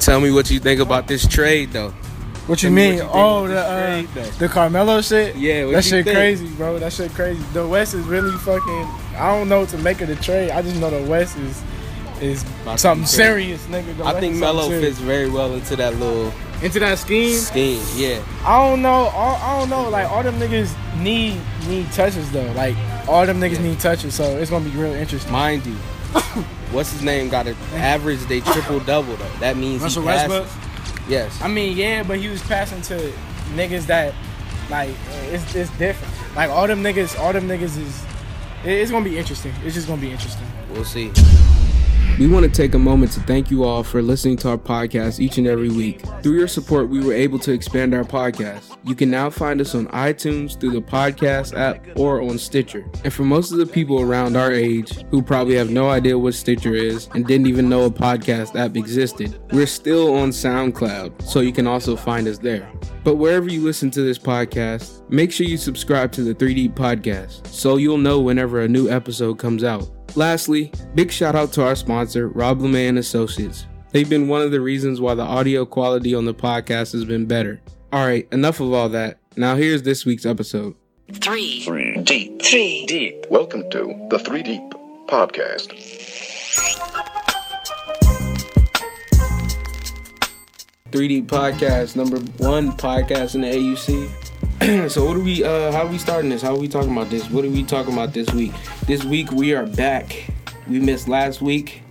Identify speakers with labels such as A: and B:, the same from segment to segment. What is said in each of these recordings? A: Tell me what you think about this trade, though.
B: What you
A: Tell me
B: mean?
A: what you think
B: oh,
A: about
B: the uh,
A: this trade, though.
B: the Carmelo shit.
A: Yeah, what
B: that
A: you
B: shit
A: think?
B: crazy, bro. That shit crazy. The West is really fucking. I don't know what to make of the trade. I just know the West is is
A: About to be
B: something
A: serious.
B: serious, nigga. The
A: I
B: West
A: think
B: is something
A: Melo
B: serious.
A: fits very well into that little
B: into that scheme.
A: scheme. Yeah,
B: I don't know. All, I don't know. Like all them niggas need need touches though. Like all them niggas need touches. So it's gonna be real interesting.
A: mind you, what's his name got an average they triple double though. That means
C: Russell
A: he passes.
C: Westbrook.
A: Yes,
B: I mean, yeah, but he was passing to niggas that like it's it's different. Like all them niggas, all them niggas is it- it's gonna be interesting. It's just gonna be interesting.
A: we'll see. We want to take a moment to thank you all for listening to our podcast each and every week. Through your support, we were able to expand our podcast. You can now find us on iTunes through the podcast app or on Stitcher. And for most of the people around our age who probably have no idea what Stitcher is and didn't even know a podcast app existed, we're still on SoundCloud, so you can also find us there. But wherever you listen to this podcast, make sure you subscribe to the 3D Podcast so you'll know whenever a new episode comes out. Lastly, big shout out to our sponsor, Rob LeMay and Associates. They've been one of the reasons why the audio quality on the podcast has been better. All right, enough of all that. Now here's this week's episode.
D: Three.
E: Three deep.
D: Three.
E: Deep.
F: Welcome to the 3 Deep Podcast.
A: Three D Podcast, number one podcast in the AUC. so what are we? Uh, how are we starting this? How are we talking about this? What are we talking about this week? This week we are back. We missed last week.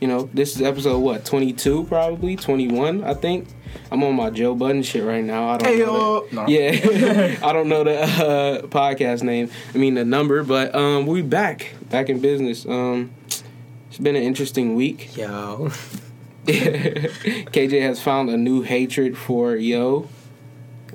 A: You know, this is episode what? Twenty two, probably twenty one. I think. I'm on my Joe Budden shit right now. I don't know. the-
C: No.
A: Yeah, I don't know the uh, podcast name. I mean the number, but um, we back, back in business. Um, it's been an interesting week.
C: Yo.
A: KJ has found a new hatred for yo.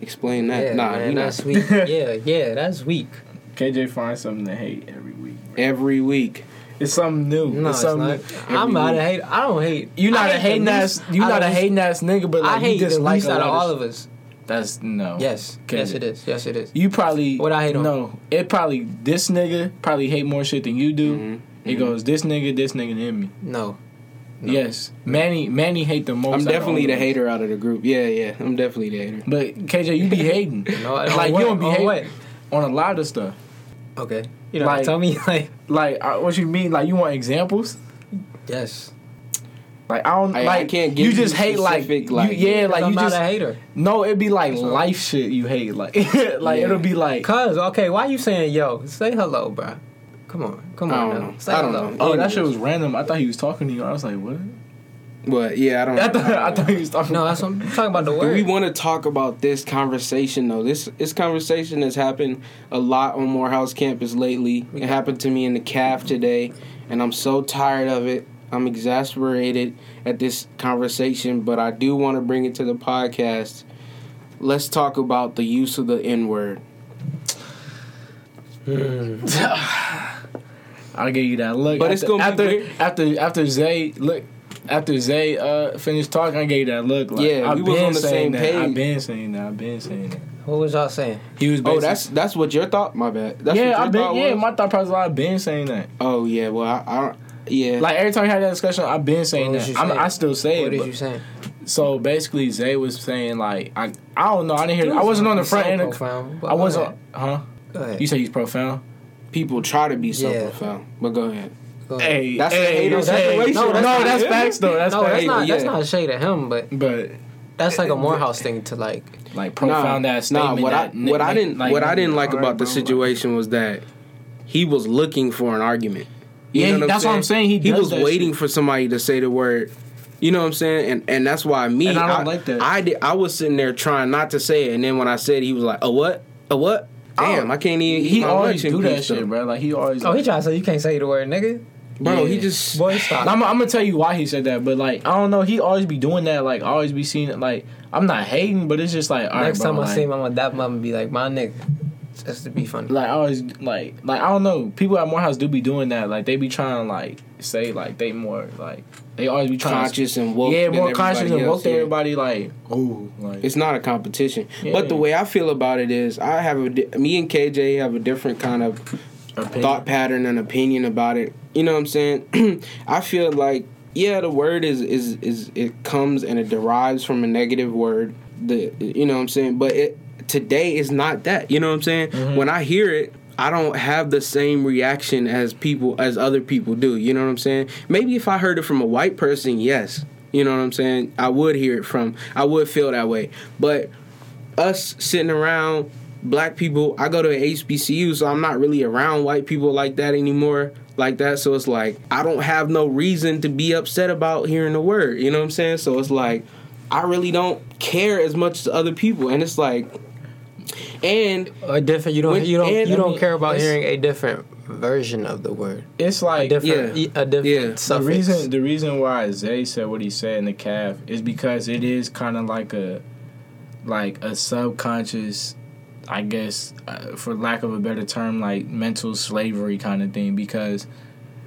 A: Explain that.
G: Yeah,
A: nah,
G: man,
A: you know,
G: that's weak. yeah, yeah, that's weak.
B: KJ finds something to hate every week.
A: every week.
B: It's something new.
G: No,
B: it's
G: it's
B: something
G: not.
B: new.
G: I'm
B: Every
G: not a
B: week.
G: hate. I don't hate.
B: You not
G: I
B: a
G: hate the
B: hating ass.
G: least-
B: You
G: I
B: not a
G: least-
B: hating ass nigga, but like
G: I hate
B: you
G: the
B: dislike
G: least
B: a
G: out
B: lot
G: of all
B: shit.
G: of us.
C: That's no.
G: Yes,
B: Okay.
G: yes it is. Yes it is.
B: You probably
G: What I hate on?
B: No, it probably this nigga probably hate more shit than you do. It goes this nigga, this nigga, and me.
G: No,
B: Yes, Manny, Manny hate the
A: I'm
B: most. out of
A: definitely
B: all
A: the
B: of us.
A: hater out of the group. Yeah, yeah. I'm definitely the hater.
B: But KJ, you be hating.
G: no. I
B: like
G: what,
B: you don't be
G: on
B: hating
G: what?
B: on a lot of stuff.
G: Okay, you know,
B: Like-
G: tell me like
B: Like I, what you mean? Like you want examples?
G: yes.
B: Like I don't
A: I- I
B: like.
A: can't give
B: you
A: you
B: just hate like,
A: specific,
B: you-
A: like-
B: yeah,
G: 'Cause
B: like
G: I'm
B: you
G: not
B: just
G: a hater.
B: no. It'd be like life shit you hate. Like like
A: Yeah.
B: it'll be like
G: Cause okay, why you saying yo? Say hello, bro. Come on, come
A: I
G: on.
A: don't
G: now.
A: know.
G: Say
A: I don't
G: hello.
A: know.
B: oh that
A: Anyways.
B: shit was random. I thought he was talking to you. I was like what?
A: But yeah, I don't.
B: I thought I thought he was talking.
G: No, that's what I'm talking about. The
A: Do
G: word.
A: we want to talk about this conversation though? This this conversation has happened a lot on Morehouse campus lately. It happened to me in the calf today, and I'm so tired of it. I'm exasperated at this conversation, but I do want to bring it to the podcast. Let's talk about the use of the N word.
B: I'll give you that look.
A: But
B: after,
A: it's gonna be
B: after,
A: weird.
B: after after Zay look after Zay uh finished talking. I gave you that look. Like,
A: Yeah,
B: I've
A: we was
B: been
A: on the
B: saying
A: same
B: that.
A: page.
B: I've been saying that. I've been saying that.
G: what was y'all saying?
B: He was.
A: Oh,
B: Basically,
A: that's that's what your thought. My bad. That's what
B: yeah.
A: your
B: I've been
A: thought
B: yeah.
A: was?
B: My thought process. I've been saying that.
A: oh yeah. Well, I, I don't. Yeah.
B: Like every time we had that discussion, I've been saying that.
G: What was you
B: I'm,
G: saying?
B: I still say it.
G: What is
B: but-
G: you saying?
B: So basically, Zay was saying like I I don't know. I didn't hear. I wasn't on the front
G: So
B: end. Of,
G: profound, but
B: I
G: go
B: wasn't.
G: ahead.
B: Huh?
G: Go ahead.
B: You say he's profound.
A: people try to be so
G: Yeah.
A: profound, but go ahead.
G: Go ahead.
B: Hey,
A: That's a
B: hey,
A: hater's
B: hey.
A: situation.
B: No,
A: That's
B: no,
A: not
B: that's
A: him.
B: facts though. That's
G: no, that's
B: facts.
G: not that's
A: yeah.
G: not a shade at him, but
B: But
G: that's like a Morehouse thing to like.
B: like profound
A: nah,
B: ass statement.
A: Nah, what I
B: that Nick-
A: what I
B: Nick-
A: didn't what I didn't like
B: all
A: about
B: right,
A: the
B: bro,
A: situation was that he was looking for an argument. You
B: Yeah,
A: know
B: he- that's what I'm saying, he does
A: was
B: that
A: waiting for somebody to say the word. You know what I'm saying? And and that's why me
B: And I don't like that.
A: I did, I was sitting there trying not to say it, and then when I said it, he was like, "A what? A what? Damn, I can't even."
B: Like,
A: eat
B: Oh, he
A: my
B: always
A: lunch in
B: do that
A: peace,
B: shit,
A: though.
B: bro. Like he always.
G: Oh, he
B: like,
G: trying to say you can't say the word nigga.
A: bro. He
B: Yeah.
A: just
G: Boy, stop.
B: I'm, I'm gonna tell you why he said that, but like I don't know, he always be doing that. Like I always be seeing it. Like I'm not hating, but it's just like all right,
G: Next
B: bro,
G: time
B: like,
G: I see him, I'm gonna dap him up and be like, my nigga. Just to be funny.
B: like I always like like I don't know. People at Morehouse do be doing that. Like they be trying to like say like they more like they always be trying
A: conscious
B: to,
A: and woke.
B: yeah
A: than
B: more conscious
A: everybody
B: and woke
A: else,
B: to
A: yeah.
B: everybody. Like oh like
A: It's not a competition. But the
B: Yeah.
A: way I feel about it is, I have a di- me and KJ have a different kind of
B: opinion.
A: thought pattern and opinion about it. You know what I'm saying? I feel like yeah, the word is is is it comes and it derives from a negative word. The you know what I'm saying, but it today is not that. You know what I'm saying? When I hear it, I don't have the same reaction as people as other people do. You know what I'm saying? Maybe if I heard it from a white person, yes. You know what I'm saying? I would hear it from. I would feel that way. But us sitting around black people, I go to a HBCU, so I'm not really around white people like that anymore. Like that, so it's like I don't have no reason to be upset about hearing the word. You know what I'm saying? So it's like I really don't care as much as other people, and it's like, and
G: A different. You don't.
A: When-
G: you don't.
A: and,
G: you
A: I
G: don't
A: mean,
G: care about
A: it's-
G: hearing a different version of the word.
B: It's like
G: Different.
A: Yeah.
G: Yeah. A different
A: Yeah. The
B: the
G: suffix.
B: reason the reason why Zay said what he said in the calf is because it is kind of like a like a subconscious, I guess, uh, for lack of a better term, like mental slavery kind of thing. Because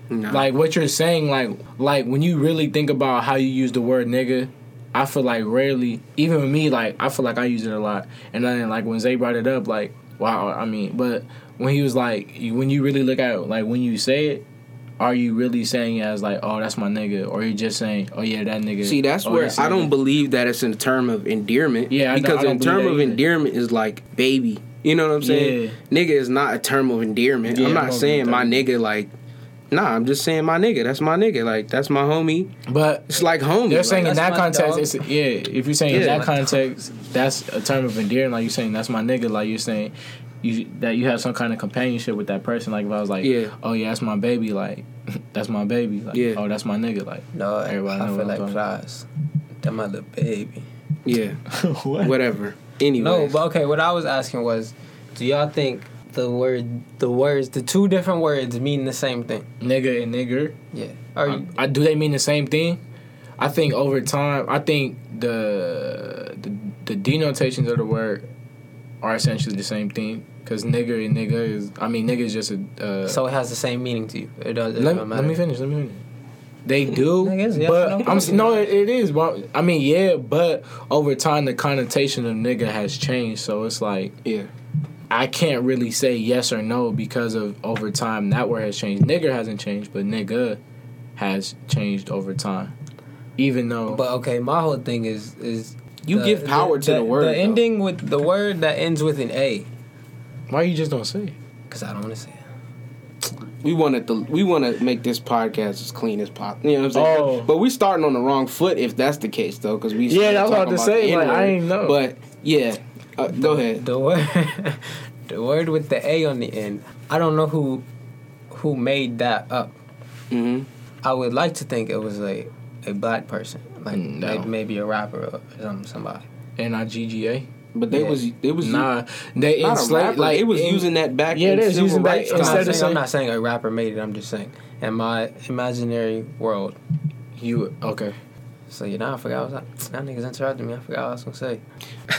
A: Nah.
B: like what you're saying, like like when you really think about how you use the word nigga. I feel like rarely, even with me, like I feel like I use it a lot. And then like when Zay brought it up, like wow, I mean, but when he was like, when you really look at it, like when you say it, are you really saying it as like, oh, that's my nigga, or you just saying, oh yeah, that nigga?
A: See, that's
B: oh,
A: where
B: that
A: I don't
B: nigga.
A: believe that it's in term of endearment.
B: Yeah, I don't-
A: because
B: I don't
A: in term
B: believe that
A: of
B: either.
A: endearment is like baby. You know what I'm saying? Nigga is not a term of endearment.
B: Yeah,
A: I'm
B: I
A: not
B: don't
A: saying
B: think
A: my
B: that
A: nigga like. Nah, I'm just saying my nigga. That's my nigga. Like that's my homie.
B: But
A: It's like homie.
B: they're
A: like,
B: saying in
G: that's
B: that
G: my
B: context,
G: dog.
B: it's yeah. If you're saying in
A: Yeah.
B: that context, that's a term of endearment. Like you're saying, that's my nigga. Like you're saying, you that you have some kind of companionship with that person. Like if I was like,
A: Yeah.
B: oh yeah, that's my baby. Like that's my baby. Like
A: Yeah.
B: oh that's my nigga. Like
G: No,
B: Everybody
G: I
B: know
G: feel
B: what I'm
G: like
B: talking
G: Plies. That my little baby.
A: yeah,
B: what?
A: whatever. Anyway,
G: No, but okay. What I was asking was, do y'all think the word, the words, the two different words mean the same thing?
B: Nigga and nigger.
G: Yeah. Are you,
B: I, I- do they mean the same thing? I think over time, I think the the, the denotations of the word are essentially the same thing. Cause nigger and nigga is, I mean, nigga is just a. Uh,
G: so it has the same meaning to you. It doesn't.
B: let,
G: it don't
B: let me
G: matter.
B: finish. Let me finish. They do,
G: I guess, yeah,
B: but
G: no
B: I'm s-
G: problem.
B: no, it, it is. But I mean, yeah, but over time, the connotation of nigga has changed. So it's like
A: yeah,
B: I can't really say yes or no because of over time that word has changed. Nigger hasn't changed, but nigga has changed over time. Even though
G: But okay, my whole thing is is
A: You give power to the word,
G: The
A: though.
G: ending with the word that ends with an A,
B: why you just don't say it?
G: because I don't want to say. it.
A: we wanted to we want to make this podcast as clean as possible. You know what I'm saying?
B: Oh.
A: But we starting on the wrong foot if that's the case though, because we
B: Yeah, that's what I
A: talking
B: was
A: about
B: about to say,
A: the
B: like, I
A: N-word.
B: ain't know.
A: But yeah, uh, go ahead.
G: The word, the word with the A on the end. I don't know who who made that up.
A: hmm
G: I would like to think it was a a black person, like
B: No.
G: may- maybe a rapper or some somebody.
B: N I G G A.
A: But they
G: Yeah.
A: was they was
B: Nah, they
A: not a
B: enslaved.
A: rapper.
B: Like
A: it was
B: in-
A: using that back.
B: Yeah,
A: in
B: it is
A: civil
B: using back
A: rights
B: in
G: I'm
A: times.
G: not,
B: Instead of
G: saying,
B: saying-
G: I'm not saying a rapper made it. I'm just saying in my imaginary world.
B: you. Okay,
G: So you know, I forgot. I was like, that niggas interrupted me. I forgot what I was gonna say.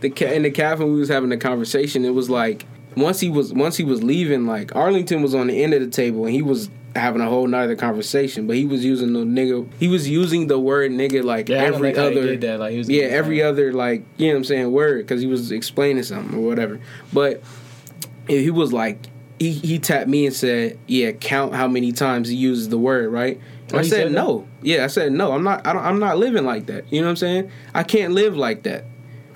A: the ca- in the cafe we was having a conversation it was like once he was once he was leaving like arlington was on the end of the table and he was having a whole nother conversation but he was using the nigga he was using the word nigga like
B: Yeah, I don't
A: every
B: like how he
A: other
B: did that, like, he was-
A: yeah every other like you know what i'm saying word because he was explaining something or whatever but and he was like he, he tapped me and said yeah count how many times he uses the word right i
B: Oh, he
A: said,
B: said that?
A: no yeah i said no i'm not I don't, i'm not living like that you know what i'm saying i can't live like that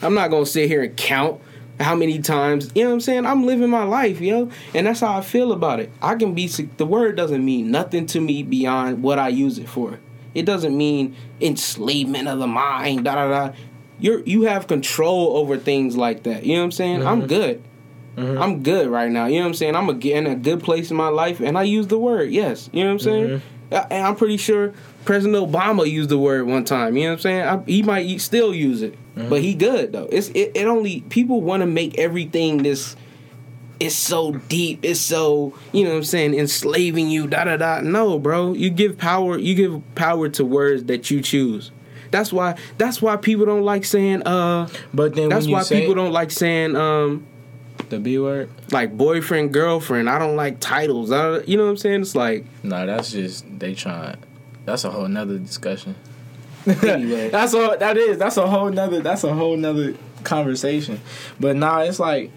A: i'm not gonna sit here and count how many times you know what i'm saying i'm living my life yo and that's how i feel about it i can be sick the word doesn't mean nothing to me beyond what i use it for it doesn't mean enslavement of the mind da da da you're you have control over things like that you know what i'm saying
B: Mm-hmm.
A: i'm good I'm good right now. You know what I'm saying? I'm a, in a good place in my life, and I use the word yes. You know what I'm saying?
B: Mm-hmm.
A: I- and I'm pretty sure President Obama used the word one time. You know what I'm saying? I, he might e- still use it,
B: Mm-hmm.
A: but he good though. It's it, it only people want to make everything this. It's so deep. It's so you know what I'm saying enslaving you. Da da da. No, bro. You give power. You give power to words that you choose. That's why. That's why people don't like saying. Uh.
B: but then
A: That's
B: when you
A: why
B: say
A: people don't like saying. Um
B: the B word.
A: like boyfriend, girlfriend. I don't like titles. I, you know what I'm saying? It's like
B: Nah, that's just they trying. That's a whole nother discussion.
A: Anyway.
B: that's all. That is. That's a whole nother. That's a whole nother conversation. But nah, it's like.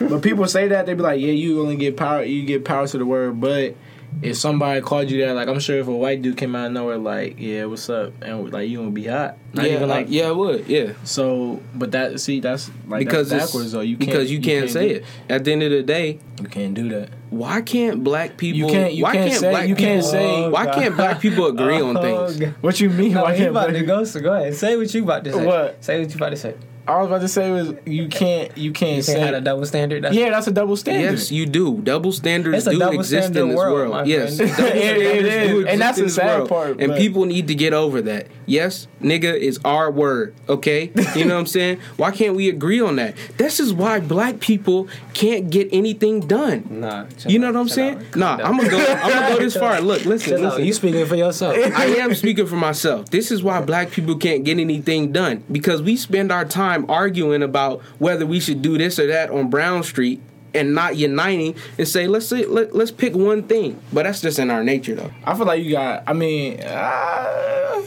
B: But people say that they be like, yeah, you only get power. You get power to the word, but if somebody called you that, like I'm sure if a white dude came out of nowhere, like, yeah, what's up, and like you gonna be hot, not
A: yeah,
B: even like
A: uh, yeah, it would. Yeah,
B: So, but that see, that's like
A: because
B: that's
A: it's-
B: backwards though. You can't,
A: because you can't, say
B: do-
A: it. At the end of the day,
B: You can't do that.
A: why can't black people?
B: You can't. You
A: why
B: can't, say.
A: black
B: you
A: people,
B: can't say. Oh,
A: Why can't black people agree on things?
B: What you mean?
G: No,
B: why
G: you
B: can't
G: about
B: black
G: to go, so go ahead. Say what you about to say.
B: What?
G: Say what you about to say.
B: I was about to say was you can't. You can't
G: You
B: say.
G: had a double standard. That's
B: yeah, that's a double standard.
A: Yes, you do. Double standards
G: It's a
A: do
G: double
A: exist
G: standard
A: in this
G: world,
A: world.
G: my
A: yes,
G: friend.
A: double
B: It- it
A: standards
B: is.
A: do
B: And
A: exist
B: that's
A: in
B: the
A: this
B: sad
A: world.
B: part,
A: And
B: but-
A: people need to get over that. Yes, nigga is our word. Okay, you know what I'm saying? Why can't we agree on that? This is why black people can't get anything done.
G: Nah. chill
A: You know
G: out,
A: what I'm
G: chill
A: saying?
G: out. Calm
A: Nah,
G: down.
A: I'm gonna go. I'm gonna go this far. Look, listen,
G: Chill out.
A: listen.
G: You speaking for yourself.
A: I am speaking for myself. This is why black people can't get anything done because we spend our time arguing about whether we should do this or that on Brown Street and not uniting and say let's say, let, let's pick one thing. But that's just in our nature though.
B: I feel like you got. I mean, uh,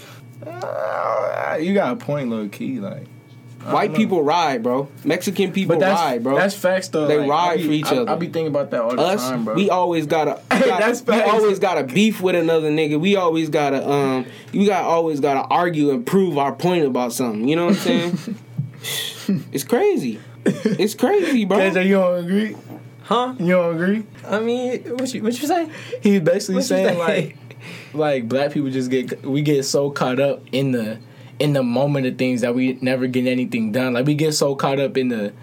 B: uh, you got a point, low key. Like,
A: White people ride, bro. Mexican people
B: but that's
A: ride, bro.
B: that's facts though.
A: They
B: Like, I
A: ride
B: be-
A: for each
B: I,
A: other.
B: I be thinking about that all the
A: us,
B: time, bro.
A: we always gotta, gotta-
B: That's
A: we
B: facts.
A: always gotta beef with another nigga. We always gotta um you got always gotta argue and prove our point about something. You know what I'm saying? it's crazy. It's crazy, bro.
B: KJ, you don't agree?
G: Huh?
B: You don't agree?
G: I mean, what you what you say?
B: He's basically
G: What you
B: saying
G: think?
B: like, like black people just get we get so caught up in the in the moment of things that we never get anything done. Like we get so caught up in the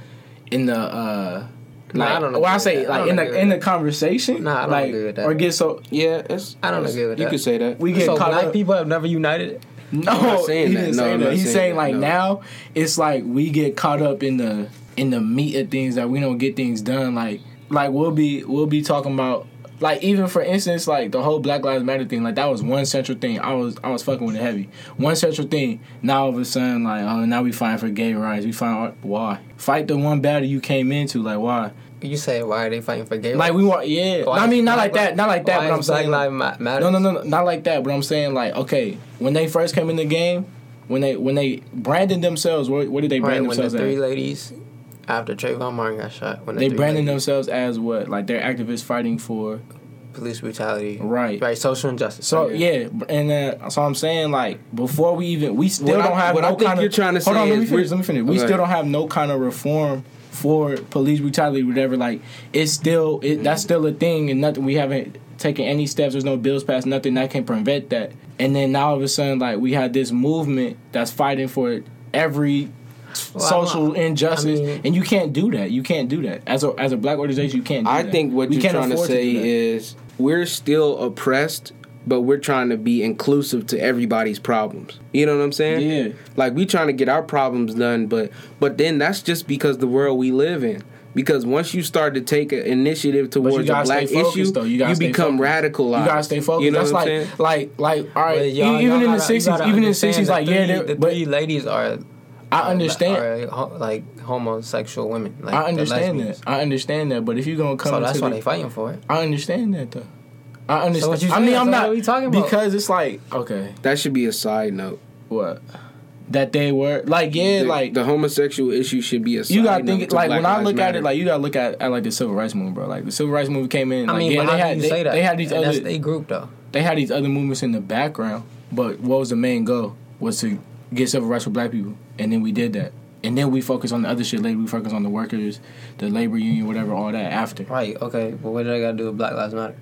B: in the uh
G: Nah,
B: like,
G: I don't
B: Well, I
G: agree
B: say
G: with that. I
B: like
G: don't
B: in
G: agree
B: the
G: with
B: in the
G: that.
B: conversation.
G: Nah, I don't
B: like,
G: agree with that.
B: Or get so
A: Yeah, that's.
G: I don't
A: that's-
G: agree with
A: you
G: that.
A: could say that.
B: we get
G: so
B: caught
G: black
B: up.
G: people have never united.
B: No,
A: not saying
B: he
A: that.
B: didn't
A: No,
B: say
A: I'm
B: that.
A: not
B: He's
A: saying
B: saying,
A: that,
B: like
A: no.
B: now it's like we get caught up in the in the meat of things that we don't get things done. Like like we'll be we'll be talking about like even for instance like the whole Black Lives Matter thing. Like that was one central thing. I was I was fucking with it heavy. One central thing. Now all of a sudden like oh now we fight for gay rights. We fight why fight the one battle you came into like why
G: You say why are they fighting for gay?
B: like
G: rights?
B: we want yeah.
G: Why
B: I
G: is
B: mean not
G: Black
B: like that
G: Li-
B: not like that.
G: Why
B: But I'm
G: is
B: saying
G: Black Lives Matter.
B: no, no, no, no, not like that. But I'm saying like, okay, when they first came in the game, when they when they branded themselves, where, where did they
G: Right
B: brand
G: when the
B: themselves
G: three
B: as?
G: ladies after Trayvon Martin got shot, when the
B: They
G: three
B: branded
G: ladies-
B: themselves as what? Like they're activists fighting for
G: police brutality.
B: right.
G: Right, social injustice.
B: So yeah, and uh, so I'm saying like before we even we still
A: What I-
B: don't have
A: what
B: no
A: I think
B: kind
A: you're
B: of
A: trying to
B: hold
A: say
B: on let me
A: is we're-
B: finish let me finish we
A: Okay.
B: still don't have no kind of reform for police brutality whatever like it's still it, that's still a thing and nothing we haven't taken any steps there's no bills passed nothing that can prevent that and then now all of a sudden like we had this movement that's fighting for every
G: Well, I don't-
B: social injustice
G: I mean-
B: and you can't do that you can't do that as a as a black organization you can't do
A: I
B: that.
A: think what
B: We
A: you're
B: can't
A: trying to
B: afford
A: say
B: do that.
A: is we're still oppressed, but we're trying to be inclusive to everybody's problems. You know what I'm saying?
B: Yeah.
A: Like we trying to get our problems done, but but then that's just because the world we live in. Because once you start to take an initiative towards a
B: gotta stay
A: black
B: focused,
A: issue,
B: though.
A: you,
B: You gotta stay
A: become
B: focused.
A: radicalized.
B: You gotta stay focused.
A: You know
B: That's
A: what
B: like,
A: I'm saying?
B: like, like, all right.
G: But
B: e-
G: y'all-
B: even in
G: y'all
B: the
G: gotta- you
B: sixties,
G: gotta
B: even in the
G: understand
B: sixties,
G: the
B: like, yeah,
G: three-
B: they're-
G: the
B: but
G: three ladies are.
B: I understand.
G: Are, ho- like homosexual women. Like,
B: I
G: they're
B: understand
G: lesbians.
B: that. I understand that. But if you're gonna come
G: So that's
B: to
G: why
B: the-
G: they fighting for it.
B: I understand that though. I understand.
G: what you
B: I
G: saying?
B: mean, I'm
G: So
B: not.
G: what are we talking about?
B: Because it's like, okay,
A: That should be a side note.
B: what? That they were like, yeah,
A: The-
B: like
A: the homosexual issue should be a side
B: you gotta
A: note
B: think
A: to
B: like
A: Black
B: when I
A: Lives
B: look at
A: Matter.
B: it, like you gotta look at, at like the civil rights movement, bro. Like the civil rights movement came in.
G: I
B: like,
G: mean,
B: yeah,
G: but
B: they
G: how
B: had
G: can you
B: they,
G: say that?
B: they had these
G: And
B: other
G: That's they group though.
B: they had these other movements in the background, but what was the main goal was to get civil rights for black people, and then we did that. And then we focus on the other shit later. We focus on the workers, the labor union, whatever, all that after.
G: Right. Okay. But what did I gotta do with Black Lives Matter?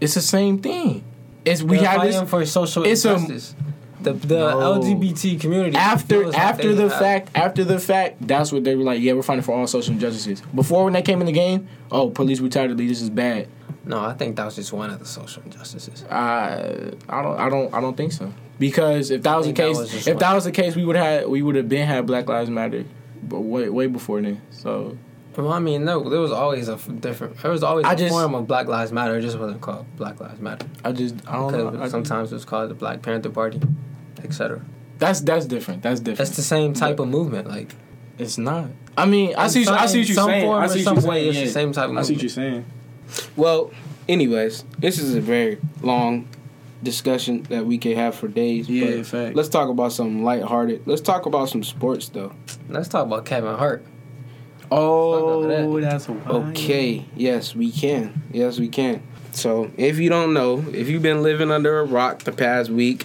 B: It's the same thing. It's we
G: They're
B: had
G: fighting
B: this
G: for social
B: it's a-
G: injustice. the the
B: No.
G: LGBT community
B: after
G: feels like
B: after
G: they
B: the
G: have-
B: fact after the fact that's what they were like yeah we're fighting for all social injustices before when they came in the game oh police brutality this is bad
G: No, I think that was just one of the social injustices.
B: I I don't I don't I don't think so because if that was the
G: think that
B: case
G: was just
B: if
G: one.
B: that was the case we would have we would have been had Black Lives Matter but way way before then so
G: Well, I mean, no, there was always a f- different. There was always a
B: I just-
G: form of Black Lives Matter. It just wasn't called Black Lives Matter.
B: I just I don't know I-
G: Because sometimes it was called the Black Panther Party, etc.
B: that's that's different that's different
G: That's the same type of movement. Like
B: it's not I mean I see
G: some-
B: I see what
G: in
B: you're
G: some
B: saying
G: form
B: I
G: or
B: see what
G: some
B: you're
G: way,
B: saying
G: it's the
B: yeah.
G: same type of
B: I see what
G: movement.
B: you're saying
A: Well, anyways, this is a very long discussion that we could have for days.
B: Yeah,
A: but
B: fact.
A: Let's talk about something lighthearted. Let's talk about some sports, though.
G: Let's talk about Kevin Hart.
B: oh
G: that.
B: that's a
G: Ah,
A: Okay. Yes, we can. Yes, we can. So if you don't know, if you've been living under a rock the past week,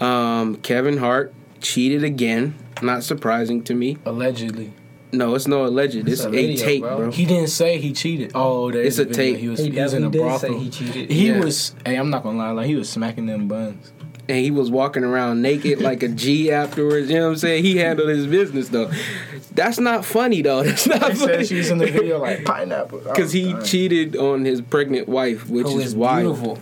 A: um, Kevin Hart cheated again. Not surprising to me.
B: Allegedly,
A: No, it's no alleged. It's,
G: a
A: a,
G: video,
A: tape,
G: bro.
A: bro.
B: he didn't say he cheated. Oh,
A: It's
B: there's
A: a
B: a video.
A: tape.
B: He was,
G: He,
B: he was in a
G: he did
B: brothel.
G: say he cheated.
B: He
A: Yeah.
B: was. Hey, I'm not gonna lie. Like he was smacking them buns.
A: and he was walking around naked like a G afterwards. You know what I'm saying? He handled his business though. That's not funny though. That's not
B: They
A: funny.
B: said she was in the video like pineapple. Oh,
A: Because he
B: cheated.
A: cheated on his pregnant wife, which
G: Who
A: is,
G: is
A: why,
G: Oh, beautiful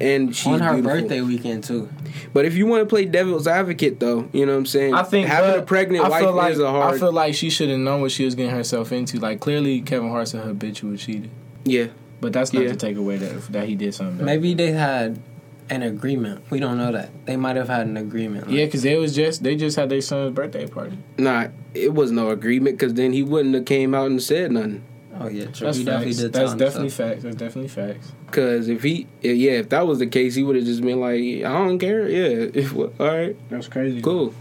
A: and she's
G: on her
A: beautiful.
G: birthday weekend too.
A: But if you want to play devil's advocate, though, you know what I'm saying.
B: I think
A: having
B: but
A: a pregnant
B: I
A: wife
B: feel like,
A: is a hard.
B: I feel like she should have known what she was getting herself into. Like clearly, Kevin Hart's a habitual cheater,
A: yeah,
B: but that's not
A: Yeah.
B: to take away that that he did something. Bad.
G: Maybe they had an agreement. We don't know that. They might have had an agreement. like-
B: Yeah, because they was just they just had their son's birthday party.
A: nah, it was no agreement because then he wouldn't have came out and said nothing.
G: Oh yeah, true.
B: That's
G: He definitely
B: facts.
G: did
B: That's
G: tell him
B: definitely
G: stuff.
B: facts. That's definitely facts.
A: Because if he, yeah, if that was the case, he would have just been like, I don't care. Yeah, if all right,
B: That's crazy.
A: cool.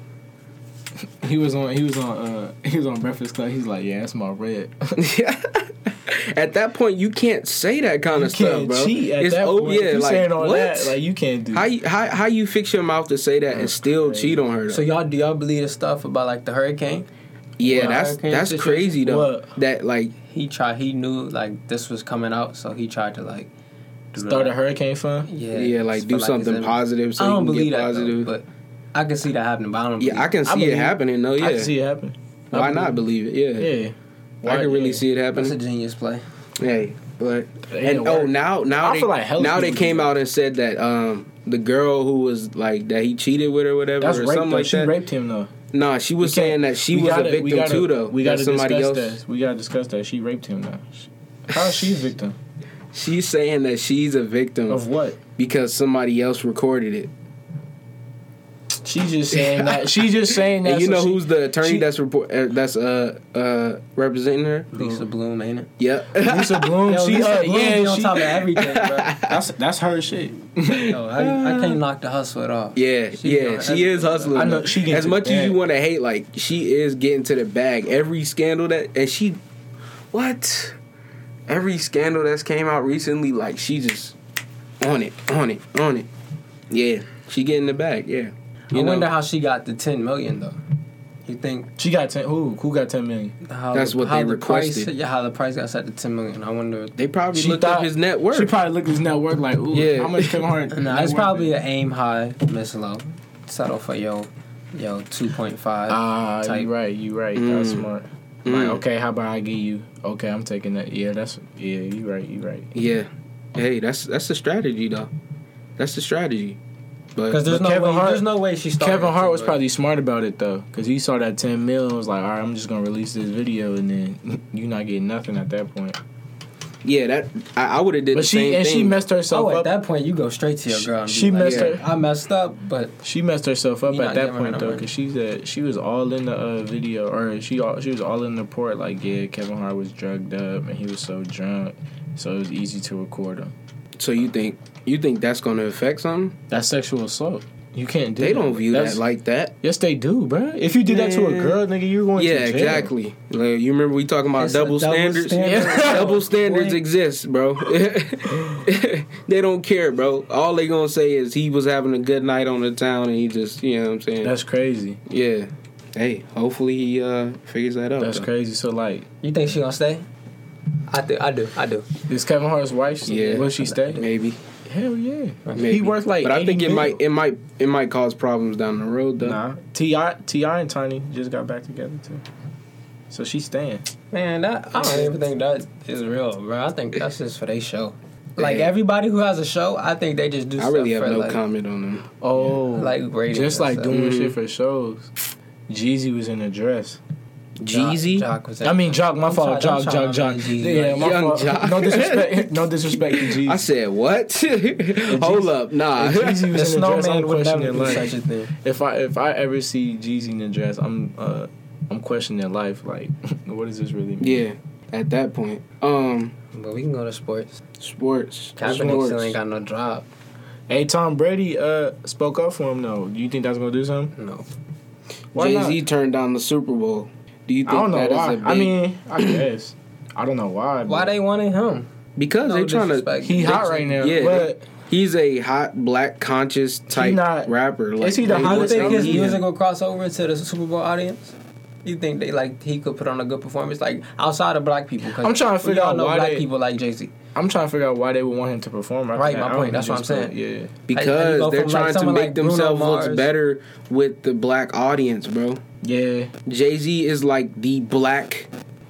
B: He was on. He was on. uh He was on Breakfast Club. He's like, yeah, that's my red.
A: At that point, you can't say that kind of stuff,
B: can't
A: bro.
B: cheat at
A: it's
B: that
A: oh
B: point.
A: yeah,
B: If you
A: like
B: saying all
A: what?
B: that, like you can't do.
A: how
B: that.
A: you, how how you fix your mouth to say that and
B: That's
A: still
B: crazy.
A: cheat on her? Though?
G: So y'all do y'all believe the stuff about like the hurricane?
A: yeah,
G: Well,
A: that's
G: I can't
A: that's
G: just-
A: crazy though.
B: What?
A: That like
G: He tried. He knew like this was coming out, so he tried to like do the-
B: Start a hurricane fund.
G: Yeah,
A: yeah, like
G: for,
A: do
G: his
A: something
G: image.
A: positive so
G: I don't
A: you can
G: believe
A: get
G: that,
A: positive.
G: Though, but I can see that happening. But I don't.
A: yeah, I can
B: I
A: see
B: believe
A: it
B: it.
A: happening though.
B: I can
A: Yeah,
B: see it happen. I
A: why not
B: believe-
A: believe it? Yeah,
B: Yeah,
A: I can really
B: yeah.
A: see it
G: That's a
A: happening.
G: genius play.
A: Hey, but
B: They
A: and
B: ain't
A: oh
B: work.
A: now now
B: I
A: they
B: feel like hella
A: now they
B: people
A: came
B: do.
A: out and said that um the girl who was like that he cheated with or whatever
B: that's
A: or
B: rape.
A: something
B: though.
A: like
B: she
A: that.
B: raped him though.
A: Nah, she was
B: We can't-
A: saying that she
B: we
A: was
B: gotta-
A: a
B: we
A: victim
B: gotta-
A: too, though.
B: We
A: that
B: gotta discuss that. We gotta discuss that. She raped him now. How's she a victim
A: She's saying that she's a victim
B: of what?
A: because somebody else recorded it.
B: She's just saying that. She's just saying that.
A: and you
B: so
A: know
B: she-
A: who's the attorney
B: she-
A: that's report uh, that's uh uh representing her?
G: Lisa Bloom, ain't it?
A: Yep.
B: Lisa Bloom.
G: Yo,
B: she,
G: Lisa
B: uh,
G: Bloom be
B: yeah,
G: on
B: she,
G: top of everything, bro.
B: that's that's her shit.
G: Yo, I, I can't knock the hustle at all.
A: Yeah,
G: She doing
A: yeah, she
G: everything,
A: is hustling.
B: I know
A: though.
B: she getting
A: as
B: to
A: much
B: the
A: as you
B: bag.
A: want to hate, like she is getting to the bag. Every scandal that and she, what? Every scandal that's came out recently, like she just on it, on it, on it. Yeah, she getting the bag. Yeah,
G: I
A: you know
G: wonder how she got the ten million though. You think
B: She got ten. Who who got ten million?
G: how
A: That's what
G: how
A: they
G: the
A: requested.
G: Price, yeah, how the price got set to ten million. I wonder.
A: they probably
B: She
A: looked up
B: thought-
A: his net worth.
B: She probably looked at his network like, ooh,
A: Yeah.
B: how much Kevin Hart?
G: No,
B: net
G: it's
B: worth
G: probably
B: is?
G: an aim high, miss low. Settle for yo, yo two point five.
B: Ah,
G: type.
B: you right, you right. That's
A: Mm.
B: smart. Like, okay, how about I give you? Okay, I'm taking that. Yeah, that's yeah. You right, you right.
A: yeah, hey, that's that's the strategy though. That's the strategy. But
G: Because there's
B: But
G: no
B: Kevin
G: way.
B: Hart-
G: there's no way she started.
B: Kevin
G: at
B: Hart
G: 10
B: was
G: million.
B: probably smart about it though, because he saw that ten mil and was like, all right, I'm just gonna release this video, and then you're not getting nothing at that point.
A: yeah, that I, I would have did
B: But
A: the
B: she
A: same
B: and
A: thing.
B: she messed herself
G: Oh, at
B: up.
G: that point, you go straight to your girl. And be
B: She
G: like,
B: messed
G: yeah,
B: her-
G: I messed up, but
B: she messed herself up
G: You
B: at
G: not
B: that
G: giving her
B: point
G: no
B: though,
G: money.
B: because she's a, she was all in the uh, video, or she all, she was all in the report. Like, yeah, Kevin Hart was drugged up, and he was so drunk, so it was easy to record him.
A: so you think you think that's going to affect something?
B: That's sexual assault. You can't do.
A: They
B: that.
A: don't view
B: That's-
A: that like that.
B: Yes, they do, bruh. If you did that to a
A: Man.
B: girl, nigga, you're going
A: Yeah,
B: to jail.
A: exactly. Like, you remember we talking about
G: It's a
A: double,
G: double
A: standards?
G: standard.
A: Yeah. double standards
G: Boy.
A: exist, bro. they don't care, bro. All they gonna say is he was having a good night on the town and he just, you know what I'm saying?
B: That's crazy.
A: yeah. Hey, hopefully he uh figures that out.
B: That's
A: though.
B: crazy. So like,
G: you think she gonna stay? I do. I do. I do.
B: is Kevin Hart's wife?
A: Yeah.
B: Yeah. Will she stay?
A: Maybe,
B: Hell yeah.
A: maybe.
B: He worth like.
A: but I
B: 80
A: think it
B: mil.
A: might, it might, it might cause problems down the road though.
B: Nah. Ti Ti and Tiny just got back together too. So she's staying.
G: Man, that I don't even think that is real, bro. I think that's just for they show. Like
A: Yeah.
G: everybody who has a show, I think they just do.
A: I really
G: stuff
A: have
G: for,
A: no
G: like,
A: comment on them.
B: Oh,
G: Like ratings
B: just
G: and
B: like
G: stuff.
B: doing
A: Mhm.
B: shit for shows. Jeezy was in a dress.
G: Jock-
A: Jeezy,
G: Jock was in-
B: I mean, Jock, my
G: I'm
B: fault.
G: trying- I'm
B: Jock,
G: trying
B: Jock,
G: to
B: Jock.
G: be Jeezy,
B: Yeah,
G: like,
B: my
A: Young
B: fault.
A: Jock.
B: No disrespect. No disrespect to Jeezy.
A: I said what? Hold up, nah.
B: If Jeezy
G: the
B: was in a dress. I'm
G: snowman would
B: questioning
G: never do
B: life.
G: such a thing.
B: If I if I ever see Jeezy in a dress, I'm uh I'm questioning life. Like, what does this really mean?
A: yeah, at that point, um.
G: But we can go to sports.
A: Sports.
G: Kaepernick
A: sports.
G: still ain't got no job.
B: Hey, Tom Brady uh spoke up for him though. Do you think that's gonna do something?
G: No.
B: Why
A: Jay
B: not?
A: Z turned down the Super Bowl. Do you
B: I
A: think
B: don't know
A: that is
B: why.
A: a big?
B: I mean, I guess I don't know why.
G: Why
B: but-
G: they wanted him?
A: because
G: No
A: they trying to.
G: disrespect.
B: He hot right now.
A: Yeah,
B: but
A: He's a hot black conscious type
B: not-
A: rapper. Like,
B: he
A: they
B: the How
G: Do you
B: hottest
A: want
G: think his
A: him.
G: music will cross over to the Super Bowl audience? You think they like he could put on a good performance, like outside of black people? i
B: I'm trying to figure out
G: know
B: why
G: black
B: they-
G: people like Jay Z.
B: I'm trying to figure out why they would want him to perform. after
G: Right,
B: that
G: my
B: album
G: point. That's
B: he
G: what
B: just
G: I'm
B: put- Yeah.
G: How
A: because
G: you go
A: they're
G: from, like,
A: trying to
G: someone
A: make
G: like Bruno
A: themselves look
G: Mars-
A: better with the black audience, bro.
B: Yeah.
A: Jay Z is like the black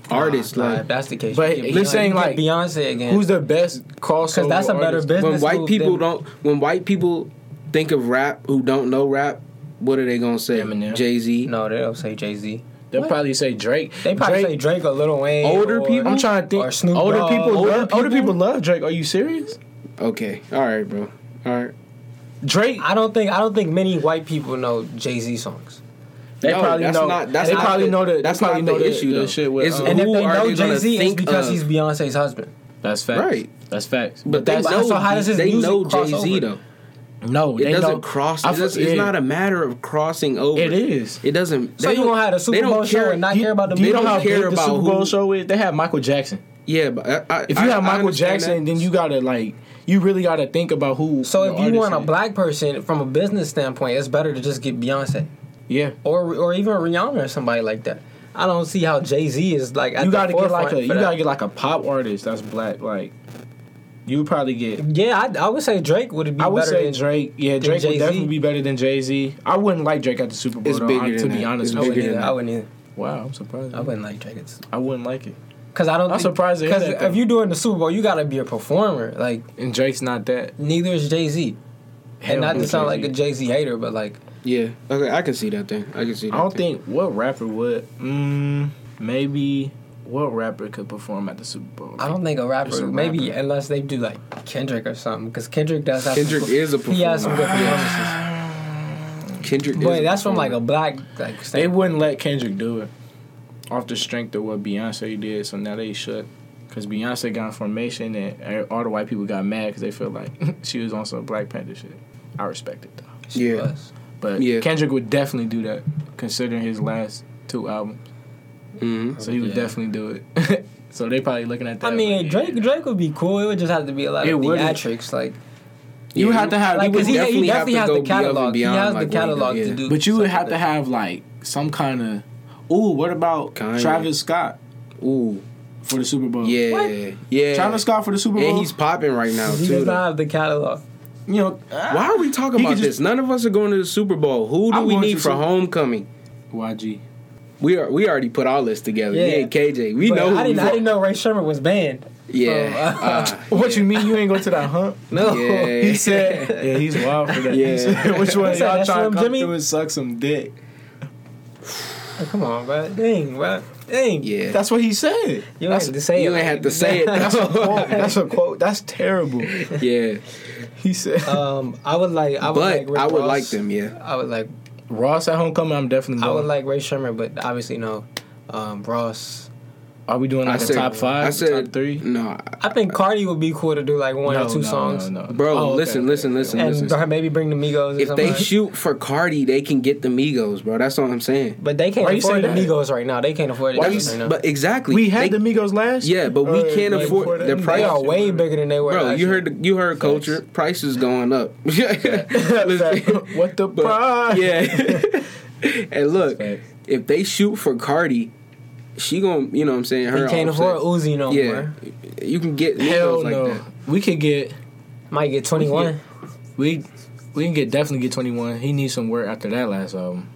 A: artist.
G: Nah, nah,
A: like
G: if that's the case.
B: But
G: you
B: he's
G: get Beyonce-
B: saying,
G: you get
B: like,
G: Beyonce again.
B: Who's the best crossover?
G: Because that's a better
B: artist?
G: business.
A: when white
G: move
A: people
G: than-
A: don't when white people think of rap who don't know rap, what are they gonna say?
B: Eminem.
A: Jay Z.
G: No, they don't say Jay Z.
B: They'll
G: What?
B: probably say Drake.
G: They probably
B: Drake-
G: say Drake or Lil Wayne.
A: Older
G: or-
A: people?
B: I'm trying to think.
G: or Snoop
B: older
G: Dogg.
B: people,
G: Older
B: love, older people love Drake. Are you serious?
A: Okay. All right, bro. All right.
B: Drake.
G: I don't think I don't think many white people know Jay Z songs.
B: They
A: No,
B: probably
A: that's
B: know.
A: not- that's
B: they
A: not
B: probably
A: the-
B: know that.
A: that's
B: That's probably
A: not
B: know
A: the
B: the
A: issue,
B: issue. The
A: though.
B: shit with,
A: It's-
B: um,
G: And if
A: Who
G: they
A: are
G: know
A: they gonna
G: Jay Z, it's
A: think
G: because
A: of?
G: he's Beyonce's husband.
B: that's facts.
A: Right.
B: That's facts.
A: But they
G: that's-
A: know,
G: so how does his
A: they
G: music
A: know
G: cross
A: Jay Z
G: over?
A: though.
B: no,
A: It
B: they
A: doesn't
B: know-
A: cross.
B: I
A: It's,
B: feel-
A: it's
B: yeah.
A: not a matter of crossing over.
B: It is.
A: It doesn't.
G: So
A: they
G: you
A: don't-
G: gonna have a
A: they
G: Super
A: don't
G: Bowl show
A: care-
G: and not care about the
B: do you
A: they
B: know
G: music?
A: don't
B: how
A: care
B: big the
A: about
B: Super Bowl
A: who-
B: show is? They have Michael Jackson.
A: Yeah, but I, I,
B: If you
A: I-
B: have
A: I
B: Michael
A: understand
B: Jackson,
A: that.
B: then you gotta like you really gotta think about who.
G: So
B: the
G: if you want a
B: artist is.
G: black person from a business standpoint, it's better to just get Beyonce
B: yeah,
G: or or even Rihanna or somebody like that. I don't see how Jay Z is like. At
B: you gotta
G: the
B: get like a
G: forefront
B: you
G: for that.
B: gotta get like a pop artist that's black. Like you would probably get.
G: Yeah, I, I would say Drake would be
B: I would
G: better
B: say
G: than
B: Drake. Yeah, Drake would
G: Jay-Z.
B: definitely be better than Jay Z. I wouldn't like Drake at the Super Bowl.
A: It's
B: though,
A: bigger
B: I- to
A: than
B: be
A: that.
B: honest.
A: It's
G: I
B: with you.
G: wouldn't
A: bigger
G: either.
A: than
G: I wouldn't either.
B: Wow, I'm surprised.
G: I wouldn't like Drake. It's-
B: I wouldn't like it.
G: Cause I don't.
B: I'm
G: think-
B: surprised to hear
G: Cause
B: that, though.
G: if you're doing the Super Bowl, you gotta be a performer. Like
B: And Drake's not that.
G: neither is Jay Z,
B: Hell
G: and not
B: no,
G: to sound like
B: Jay-Z.
G: a Jay Z hater, but like
A: Yeah. Okay, I can see that thing. I can see. That
B: I don't
A: thing.
B: think what rapper would. Mm, maybe what rapper could perform at the Super Bowl?
G: I don't think a
B: Just
G: rapper.
B: a
G: Maybe
B: rapper.
G: unless they do like Kendrick or something, because Kendrick does. Have
A: Kendrick
G: some,
A: is a
G: He has some good performances.
A: Kendrick. is
G: But
A: a
G: that's from like
A: performer.
G: a black like.
B: They
G: Standpoint.
B: wouldn't let Kendrick do it off the strength of what Beyonce did, so now they should. Because Beyonce got information and er, all the white people got mad because they feel like she was on some Black Panther shit. I respect it though.
G: She
A: yeah.
G: was.
B: But
A: Yeah.
B: Kendrick would definitely do that considering his last two albums.
A: Mhm.
B: So he would
G: Yeah.
B: definitely do it. so they probably looking at that.
G: I mean,
B: like,
G: Drake.
B: yeah.
G: Drake would be cool. It would just have to be a lot
B: It
G: of
B: wouldn't.
G: theatrics, like
B: You
A: Yeah,
B: have to have.
G: like
B: you
G: because he,
B: would-
A: definitely
G: he
A: have
G: definitely
A: to
G: has
A: go
G: the
A: above and
G: catalog. He
A: beyond, like,
G: has the
A: what he
G: catalog
A: did, yeah.
G: to do.
B: But you would
G: something
B: have to
G: like-
B: have like some kind of. Ooh, what about
A: Kanye.
B: Travis Scott
A: Mm-hmm. Ooh.
B: for the Super Bowl?
A: Yeah. Yeah.
B: Travis Scott for the Super Bowl.
A: And he's popping right now
G: He
A: too.
G: does
A: though.
G: not have the catalog.
B: you know
A: Why are we talking
B: He
A: about
B: could
A: this?
B: just-
A: None of us are going to the Super Bowl. Who do
B: I'm
A: we
B: going
A: need
B: to
A: for
B: Super-
A: homecoming?
B: YG.
A: We are. We already put our list together. Yeah,
G: Yeah.
A: KJ. We
G: But
A: know. who
G: I didn't.
A: we
G: I
A: want.
G: didn't know Ray Sherman was banned.
A: Yeah.
G: Bro,
A: uh,
B: What you mean you ain't go to that hunt?
A: No. Yeah.
B: He said, yeah, he's wild for that.
A: Yeah.
B: Yeah. Which one
G: What's that,
B: y'all trying
G: that Slim
B: to come
G: Jimmy?
B: through and suck some dick?
G: Come on, bro. Dang, bro. Dang.
A: yeah.
B: That's what he said.
G: You ain't
A: That's-
G: have to say it.
A: you ain't
G: like
A: have to
G: that.
A: say it.
B: That's a quote. That's a quote. That's terrible.
A: yeah.
B: He said.
G: um, I would like. I would
A: but
G: like Rick
A: I would
G: Ross.
A: like them. Yeah.
G: I would like.
B: Ross at homecoming, I'm definitely
G: I
B: going.
G: would like Ray Sherman, but obviously no. Um, Ross.
B: Are we doing
A: I
B: like a
A: said-
B: top five?
A: I said
B: top three?
A: No, I-
G: I think Cardi would be cool to do like one or two songs,
B: no, no.
A: bro.
B: Oh, okay,
A: listen,
B: okay,
A: listen,
B: okay.
A: listen,
G: and
A: listen.
G: or maybe bring the Migos. Or
A: If they
G: somebody.
A: shoot for Cardi, they can get the Migos, bro. That's all I'm saying.
G: but they can't
B: Why you
G: afford the
B: say that?
G: Migos right now. They can't afford it
A: Why
G: right
A: you,
G: now.
A: but exactly,
B: We had
A: they-
B: the Migos last.
A: Yeah, but we
B: Or,
A: can't
B: like,
A: afford-
B: before that?
A: their
G: they
A: price-
G: are way bigger than they were.
A: bro.
G: last
A: You
G: year.
A: heard the, you heard culture. Prices going up. Listen,
B: what the
A: but-
B: fuck?
A: yeah. and look,
B: Facts.
A: if they shoot for Cardi, she gonna you know what I'm saying her.
G: He can't
A: offset.
G: afford Uzi no
A: Yeah,
G: more.
A: you can get
B: Hell
A: Migos like
B: no.
A: that.
B: we could get
G: Might get twenty one.
B: we we can get definitely get twenty one. He needs some work after that last album.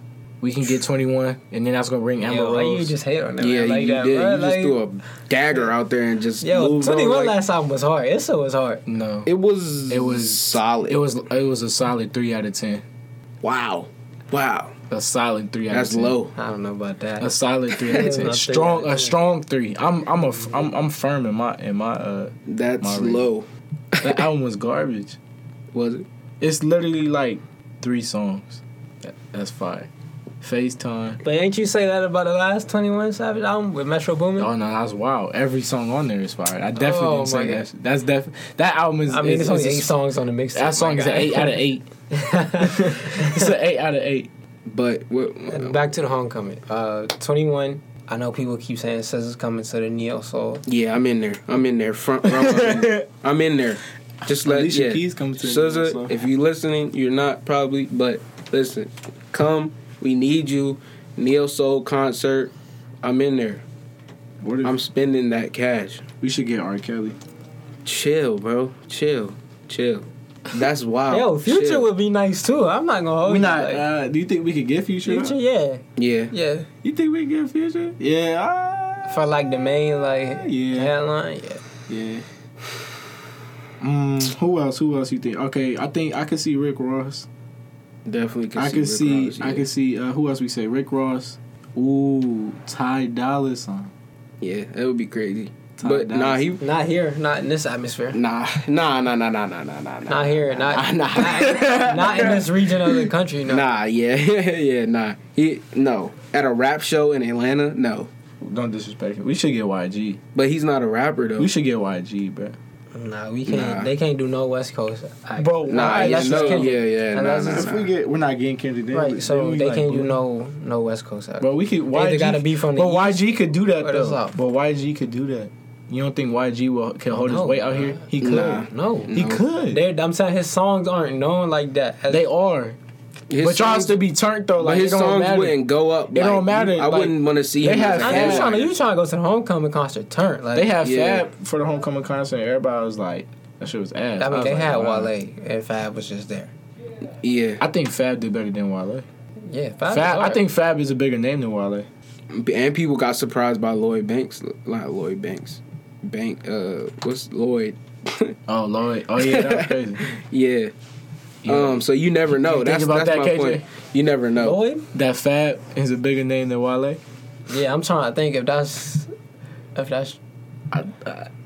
B: We can get twenty one, and then that's gonna bring Amber
G: Yo, why you
B: Rose.
G: just hate on them?
A: Yeah,
G: man, like
A: you
G: that,
A: did.
G: bro?
A: you just
G: Like-
A: threw a dagger out there and just
G: Yo,
A: moved on,
G: 21
A: like-
G: last album was hard. It still was hard.
B: no, it,
A: It was
B: It was-
A: solid.
B: was it was a solid three out of ten.
A: wow, wow.
B: A solid three out
A: That's
B: of ten.
A: low.
G: I don't know about that.
B: A solid three out of ten.
G: Not three out
B: strong,
G: of
B: a
G: ten.
B: strong three. I'm I'm a f- I'm I'm firm in my in my uh.
A: That's
B: My read.
A: low.
B: That album was garbage.
A: Was it?
B: It's literally like three songs. That, that's fine. FaceTime.
G: but ain't you say that about the last 21 Savage album with Metro Boomin?
B: Oh no, that's wild. Every song on there is fire. I definitely
G: Oh,
B: didn't say
G: my
B: that. That's def. That album is.
G: I mean,
B: is-
G: it's only
B: is-
G: eight songs on the mixtape.
B: That song
G: my
B: is an
G: guy.
B: eight out of eight. it's an eight out of eight.
A: But what,
G: Back to the homecoming. Uh, 21 I know people keep saying Scissors coming to the neo soul.
A: Yeah, I'm in there. I'm in there. Front row. I'm in there. I'm in there. Just let
B: Alicia
A: yeah.
B: Keys come to the
A: SZA,
B: neo soul.
A: if you're listening, you're not probably, but listen, come. We need you. Neo Soul concert. I'm in there.
B: What if
A: I'm spending that cash.
B: we should get R. Kelly?
A: Chill, bro. Chill. Chill. That's wild.
G: Yo, Future
A: Chill.
G: would be nice too. I'm not gonna hold
B: we
G: Oh, you,
B: not.
G: like,
B: uh, do you think we could get Future?
G: Future, yeah,
A: Yeah.
G: yeah.
B: You think we can get Future? Yeah. I-
G: For like the main like
B: Yeah.
G: headline, yeah.
B: yeah. Mm, who else? Who else you think? Okay, I think I could see Rick Ross.
A: Definitely can
B: I
A: see.
B: could see.
A: Rick Ross,
B: I
A: yeah.
B: could see. Uh, who else we say? Rick Ross. Ooh, Ty Dolla Sign.
A: Yeah, that would be crazy.
B: Ty
A: but
B: Dolla
A: nah,
B: Sign.
A: he.
G: Not here, not in this atmosphere.
A: Nah, nah, nah, nah, nah, nah, nah, nah.
G: Not here, not
A: Nah,
G: not, not in this region of the country. No.
A: Nah, yeah, yeah, nah. He no at a rap show in Atlanta, no.
B: Don't disrespect him. We should get YG.
A: But he's not a rapper though.
B: We should get YG, bro.
G: Nah, we can't.
A: Nah.
G: They can't do no West Coast. act.
B: Bro,
A: nah,
B: Why?
A: yeah,
G: That's just
A: no,
G: Kendrick.
A: yeah, yeah,
G: And
A: nah,
G: that's
A: nah,
G: just-
A: nah.
B: We get. We're not getting Kendrick. Then
G: right? So
B: then we
G: they
B: like,
G: can't do
B: boom.
G: no no West Coast. act.
B: Bro, we could.
G: either
B: YG
G: gotta be from the
B: But YG could do that
G: or the
B: though.
G: South.
B: But YG could do that. You don't think YG will can hold
G: No,
B: his weight out here? He could.
A: Nah.
G: no,
B: He
A: No.
B: could.
G: They, I'm saying his songs aren't known like that. As-
B: they are.
A: His
B: but y'all
A: songs-
B: still be turned though.
A: but
B: Like
A: his
B: it don't
A: songs
B: matter.
A: wouldn't go up.
B: It don't matter,
A: I
B: like,
A: wouldn't want to see
B: they
A: him.
B: have
A: as a
G: I mean, you
B: Yeah.
A: headliner.
G: trying to you trying to go to the homecoming concert? Turn like
B: They had
A: Yeah.
B: Fab for the homecoming concert. Everybody was like, that shit was ass.
G: I mean,
B: was
G: they
B: like,
G: had
B: wow.
G: Wale and Fab was just there.
A: Yeah,
B: I think Fab did better than Wale.
G: Yeah,
B: Fab,
G: Fab.
B: I think Fab is a bigger name than Wale.
A: and people got surprised by Lloyd Banks. Not Lloyd Banks. Bank. Uh, what's Lloyd?
B: Oh Lloyd. Oh yeah, that was crazy.
A: Yeah.
B: Yeah.
A: Um. So you never know.
B: think
A: that's
B: about
A: that's
B: that,
A: my
B: KJ?
A: point. You never know.
G: Lloyd.
B: that Fab is a bigger name than Wale.
G: Yeah, I'm trying to think if that's if that's.
B: I-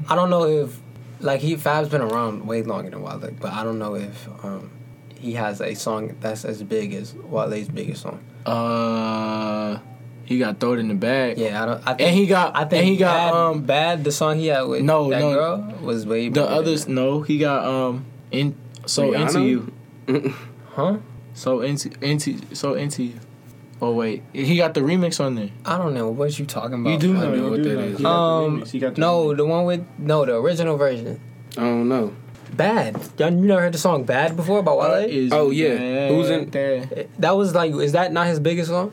G: I, don't know if like he Fab's been around way longer than Wale, but I don't know if um he has a song that's as big as Wale's biggest song.
B: Uh, he got thrown in the bag.
G: Yeah, I don't. I think,
B: And he got.
G: I think
B: and he got.
G: bad,
B: Um,
G: bad. The song he had with
B: No,
G: that
B: no.
G: girl was way
B: the
G: bigger than
B: others.
G: that.
B: No, he got. Um, in so
A: Rihanna?
B: into you.
G: huh?
B: So into into so into you. Oh wait, he got the remix on there.
G: I don't know what you talking about.
B: You do
G: bro.
B: know,
A: know
B: you
A: what
B: do
A: that
B: know.
A: is.
B: He got the
G: Um,
B: remix. He got the
G: no, the one with no, the original version.
A: I don't know.
G: Bad. Y'all, you never heard the song "Bad" before by Wale?
B: Is
A: Oh, yeah.
B: bad
A: Who's in-
B: there?
G: that was like, is that not his biggest song?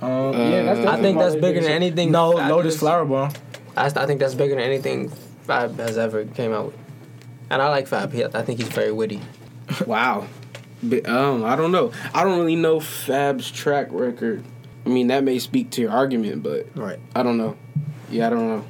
B: Um, yeah, that's
A: Uh,
G: I think that's
B: Wale
G: bigger
B: biggest-
G: than anything.
B: No,
G: Fab
B: Lotus
G: has-
B: Flower Bomb.
G: I, I think that's bigger than anything Fab has ever came out with. And I like Fab. He, I think he's very witty.
A: Wow. But, um, I don't know. I don't really know Fab's track record. I mean, that may speak to your argument, but
G: Right.
A: I don't know. Yeah, I don't know.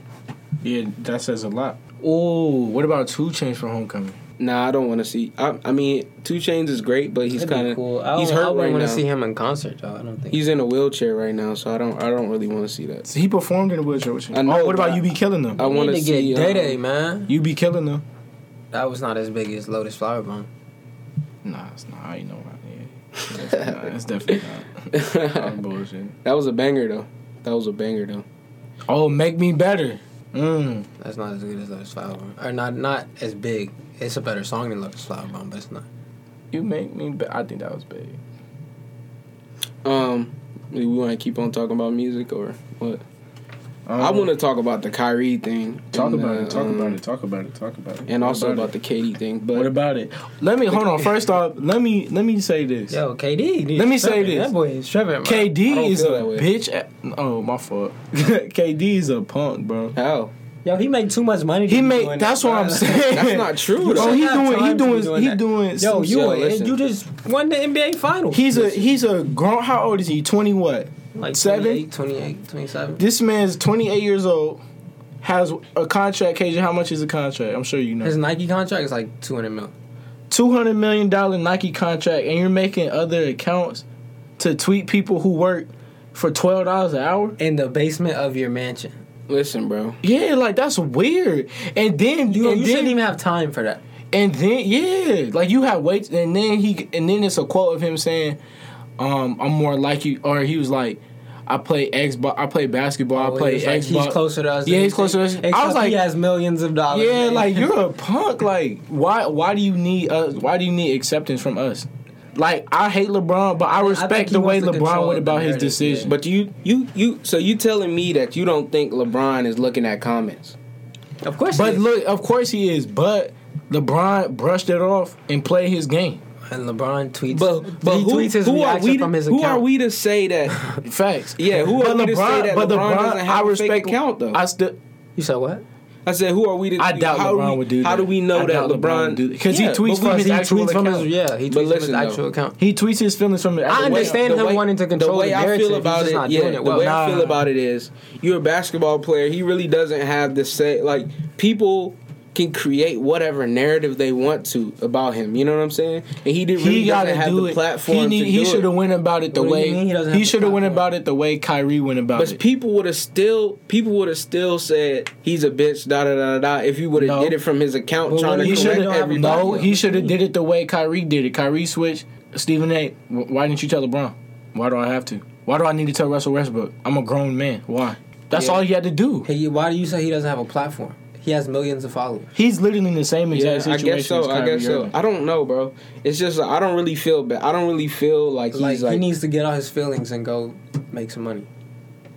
B: Yeah, that says a lot. Oh, what about Two Chains for Homecoming?
A: Nah, I don't want to see. I, I mean, Two Chains is great, but he's kind of he's hurt right
G: want
A: now.
G: to see him in concert, though. I don't think.
A: He's in a wheelchair right now, so I don't I don't really want to see that.
B: He performed in a wheelchair. With you.
A: I know,
B: oh, what
A: but
B: about you? Be killing them.
A: I
G: I
A: want
G: want
A: to
G: to get
A: see.
G: Day
A: um,
G: Day, man.
B: you be killing them.
G: That was not as big as Lotus Flower Bomb.
B: Nah, it's not. I ain't know about it. Yeah. Nah, It's definitely not. I'm bullshit.
A: that was a banger though. That was a banger though.
B: Oh, make me better. Mm.
G: That's not as good as Lotus Flower Bomb, or not not as big. It's a better song than Lotus Flower Bomb, but it's not.
B: You make me. Be- I think that was big.
A: Um, we want to keep on talking about music or what? I want to talk about the Kyrie thing.
B: Um, talk
A: and,
B: about
A: uh,
B: it. Talk
A: um,
B: about it. Talk about it. Talk about it.
A: And
B: What
A: also
B: about
A: about the Katie thing,
B: it?
A: but
B: what about it? Let me hold on. First off, let me let me say this.
G: Yo, KD. dude,
B: Let me
G: he's
B: say
G: tripping.
B: this.
G: That boy is tripping. Bro.
A: I don't
B: KD is
A: feel
B: a
A: that way.
B: bitch. At, oh my fault. KD is a punk, bro.
A: how?
G: Yo, he made too much money. to
B: He
G: be
B: made.
G: doing
B: That's
G: that,
B: what I'm
G: bro.
B: saying.
A: That's not true.
B: Bro,
A: Though.
G: should
B: he
G: have
B: doing. He
G: time to be
B: doing.
G: doing
B: he
G: that.
B: doing.
G: Yo,
B: some
G: you
A: Yo,
G: were-
A: listen.
G: you just won the NBA finals.
B: He's a he's a grown. How old is he? Twenty what?
G: like
B: seven?
G: 28, 28, 27.
B: This man's twenty eight years old. Has a contract. KJ, how much is a contract? I'm sure you
G: His
B: know.
G: Nike contract is like two hundred mil.
B: Two hundred million dollar Nike contract, and you're making other accounts to tweet people who work for twelve dollars an hour.
G: in the basement of your mansion.
A: Listen, bro.
B: Yeah, like that's weird. And then
G: You,
B: and then,
G: you shouldn't even have time for that.
B: And then yeah, like you have weights, and then he, and then it's a quote of him saying, um, "I'm more like you," or he was like, "I play Xbox, I play basketball, I play
G: Always. Oh, Like,
B: Xbox."
G: He's closer to us. than
B: Yeah,
G: you
B: he's closer to us.
G: think.
B: I
G: Except
B: was like,
G: he has millions of dollars.
B: yeah, like you're a punk. Like why, why do you need us? Why do you need acceptance from us? Like I hate LeBron, but I
G: think
B: respect
G: he
B: the way
G: wants to
B: LeBron
G: control
B: went
G: the
B: about his
G: narrative,
B: decision.
A: But you, you, you. So you telling me that you don't think LeBron is looking at comments?
G: Of course.
B: But
G: he is.
B: look, of course he is. But LeBron brushed it off and played his game.
G: and LeBron tweets.
A: But but
G: he
A: who,
G: tweets his
A: who are
G: reaction
A: we? To,
G: from his
A: who
G: account.
A: are we to say that?
B: Facts.
A: Yeah, who are
B: But
A: we to say that LeBron, doesn't have
B: I
A: a fake
B: respect
A: account though?
B: I
A: I,
B: still,
G: You said what?
A: said, who are we to?
B: I doubt
A: how do
B: LeBron
A: we-
B: would do
A: How
B: that.
A: do we know
B: I
A: that
B: doubt LeBron
A: LeBron?
B: would do that. 'Cause he
A: Yeah,
B: tweets
A: but we-
B: from his
G: he
B: actual
G: tweets from his
B: account.
G: yeah. He tweets from his
A: listen, though.
G: actual account.
B: he tweets his feelings from. the
G: I understand.
A: the
G: him wanting to control
A: the way
G: the
A: I
G: narrative,
A: feel
G: he's
A: about
G: just
A: it.
G: not
A: yeah,
G: doing it well.
A: the way I
B: Nah.
A: feel about it is, you're a basketball player. He really doesn't have the say. Like people can create whatever narrative they want to about him. You know what I'm saying? And he didn't really
B: He got
A: doesn't
B: to
A: have
B: do
A: the
B: it.
A: platform
B: he need-
A: to
B: he
A: do
B: should
A: it.
B: have went about it the
G: What do
B: way
G: you mean he doesn't
B: he
G: have the
B: should have went
G: platform?
B: about it the way Kyrie went about
A: But
B: it.
A: people would have still, people would have still said he's a bitch. Da da da da. da, If you would have
B: No.
A: did it from his account,
G: Well,
A: trying
G: when
A: to
B: he
G: Correct
B: should
A: correct
B: have
A: everybody.
B: no.
G: else.
B: He should have did it the way Kyrie did it. Kyrie switched. Stephen A. wh- Why didn't you tell LeBron? Why do I have to? Why do I need to tell Russell Westbrook? I'm a grown man. Why? That's
A: Yeah.
B: all he had to do.
G: Hey, why do you say he doesn't have a platform? He has millions of followers.
B: He's literally in the same
A: Yeah,
B: exact
A: I
B: situation.
A: guess so.
B: As Kyrie
A: I guess so.
B: Irving.
A: I don't know, bro. It's just I don't really feel bad. I don't really feel like he's
G: Like,
A: like,
G: he needs to get out his feelings and go make some money.